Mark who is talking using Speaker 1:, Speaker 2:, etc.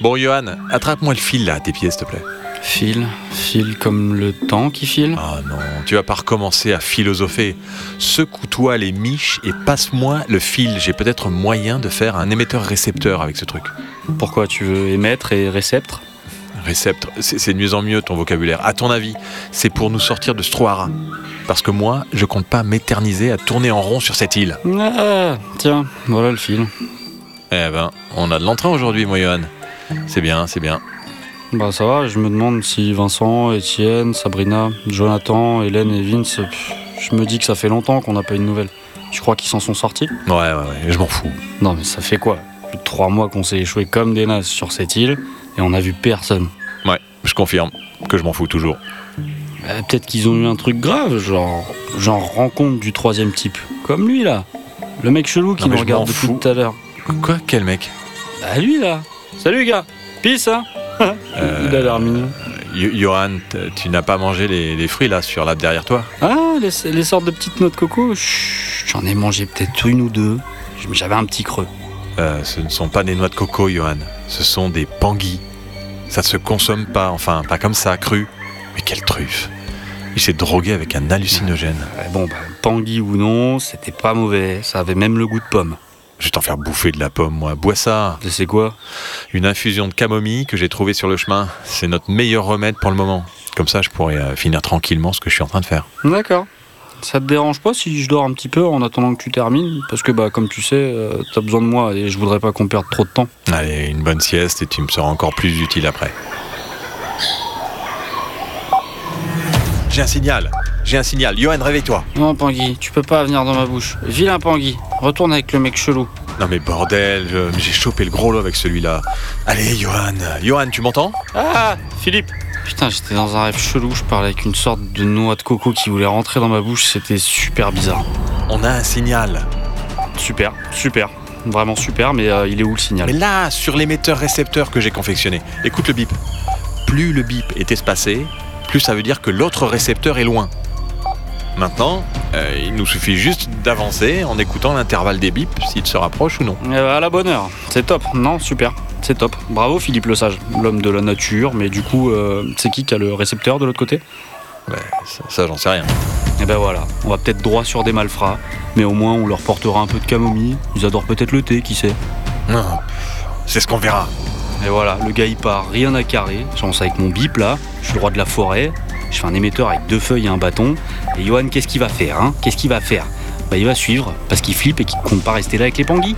Speaker 1: Bon, Johan, attrape-moi le fil là à tes pieds, s'il te plaît.
Speaker 2: File, file comme le temps qui file.
Speaker 1: Ah non, tu vas pas recommencer à philosopher. Secoue-toi les miches et passe-moi le fil. J'ai peut-être moyen de faire un émetteur-récepteur avec ce truc.
Speaker 2: Pourquoi tu veux émettre et réceptre
Speaker 1: Réceptre, c'est c'est de mieux en mieux ton vocabulaire. À ton avis, c'est pour nous sortir de ce trou à rats. Parce que moi, je compte pas m'éterniser à tourner en rond sur cette île.
Speaker 2: Ah, Tiens, voilà le fil.
Speaker 1: Eh ben, on a de l'entrain aujourd'hui, moi, Johan. C'est bien, c'est bien.
Speaker 2: Bah ça va, je me demande si Vincent, Étienne, Sabrina, Jonathan, Hélène et Vince, pff, je me dis que ça fait longtemps qu'on n'a pas eu de nouvelles. Tu crois qu'ils s'en sont sortis
Speaker 1: Ouais, ouais, ouais, je m'en fous.
Speaker 2: Non mais ça fait quoi Plus de trois mois qu'on s'est échoué comme des nazes sur cette île et on n'a vu personne.
Speaker 1: Ouais, je confirme que je m'en fous toujours.
Speaker 2: Bah, Peut-être qu'ils ont eu un truc grave, genre genre rencontre du troisième type. Comme lui là. Le mec chelou qui
Speaker 1: Non, mais
Speaker 2: nous
Speaker 1: je
Speaker 2: regarde
Speaker 1: m'en
Speaker 2: depuis
Speaker 1: fous.
Speaker 2: tout à l'heure.
Speaker 1: Quoi Quel mec
Speaker 2: Bah lui là. Salut gars. Peace hein
Speaker 1: Euh,
Speaker 2: Il a l'air mignon.
Speaker 1: Yo- Johan, t- tu n'as pas mangé les, les fruits là sur l'arbre derrière toi
Speaker 2: Ah, les, les sortes de petites noix de coco, chut, j'en ai mangé peut-être une ou deux. J'avais un petit creux.
Speaker 1: Euh, Ce ne sont pas des noix de coco, Johan. Ce sont des panguis. Ça ne se consomme pas, enfin, pas comme ça, cru. Mais quelle truffe Il s'est drogué avec un hallucinogène.
Speaker 2: Ouais, bon, bah, pangui ou non, c'était pas mauvais. Ça avait même le goût de pomme.
Speaker 1: Je vais t'en faire bouffer de la pomme, moi. Bois ça
Speaker 2: Et C'est quoi
Speaker 1: Une infusion de camomille que j'ai trouvée sur le chemin. C'est notre meilleur remède pour le moment. Comme ça, je pourrais euh, finir tranquillement ce que je suis en train de faire.
Speaker 2: D'accord. Ça te dérange pas si je dors un petit peu en attendant que tu termines Parce que, bah, comme tu sais, euh, t'as besoin de moi et je voudrais pas qu'on perde trop de temps.
Speaker 1: Allez, une bonne sieste et tu me seras encore plus utile après. J'ai un signal, j'ai un signal. Johan, réveille-toi.
Speaker 2: Non, Pangui, tu peux pas venir dans ma bouche. Vilain Pangui, retourne avec le mec chelou.
Speaker 1: Non mais bordel, je- j'ai chopé le gros lot avec celui-là. Allez, Johan, Johan, tu m'entends
Speaker 2: Ah Philippe Putain, j'étais dans un rêve chelou, je parlais avec une sorte de noix de coco qui voulait rentrer dans ma bouche, c'était super bizarre.
Speaker 1: On a un signal.
Speaker 2: Super, super. Vraiment super, mais euh, il est où le signal
Speaker 1: Mais là, sur l'émetteur-récepteur que j'ai confectionné, écoute le bip. Plus le bip est espacé, plus ça veut dire que l'autre récepteur est loin. Maintenant, euh, il nous suffit juste d'avancer en écoutant l'intervalle des bips, s'il se rapproche ou non.
Speaker 2: Eh ben, à la bonne heure, c'est top. Non, super, c'est top. Bravo Philippe le Sage, l'homme de la nature, mais du coup, euh, c'est qui qui a le récepteur de l'autre côté
Speaker 1: Ça, ça, j'en sais rien.
Speaker 2: Eh ben voilà, on va peut-être droit sur des malfrats, mais au moins on leur portera un peu de camomille. Ils adorent peut-être le thé, qui sait
Speaker 1: Non, c'est ce qu'on verra.
Speaker 2: Et voilà, le gars il part, rien à carrer. Je lance avec mon bip là, je suis le roi de la forêt, je fais un émetteur avec deux feuilles et un bâton. Et Johan, qu'est-ce qu'il va faire hein Qu'est-ce qu'il va faire Bah il va suivre, parce qu'il flippe et qu'il compte pas rester là avec les panguis.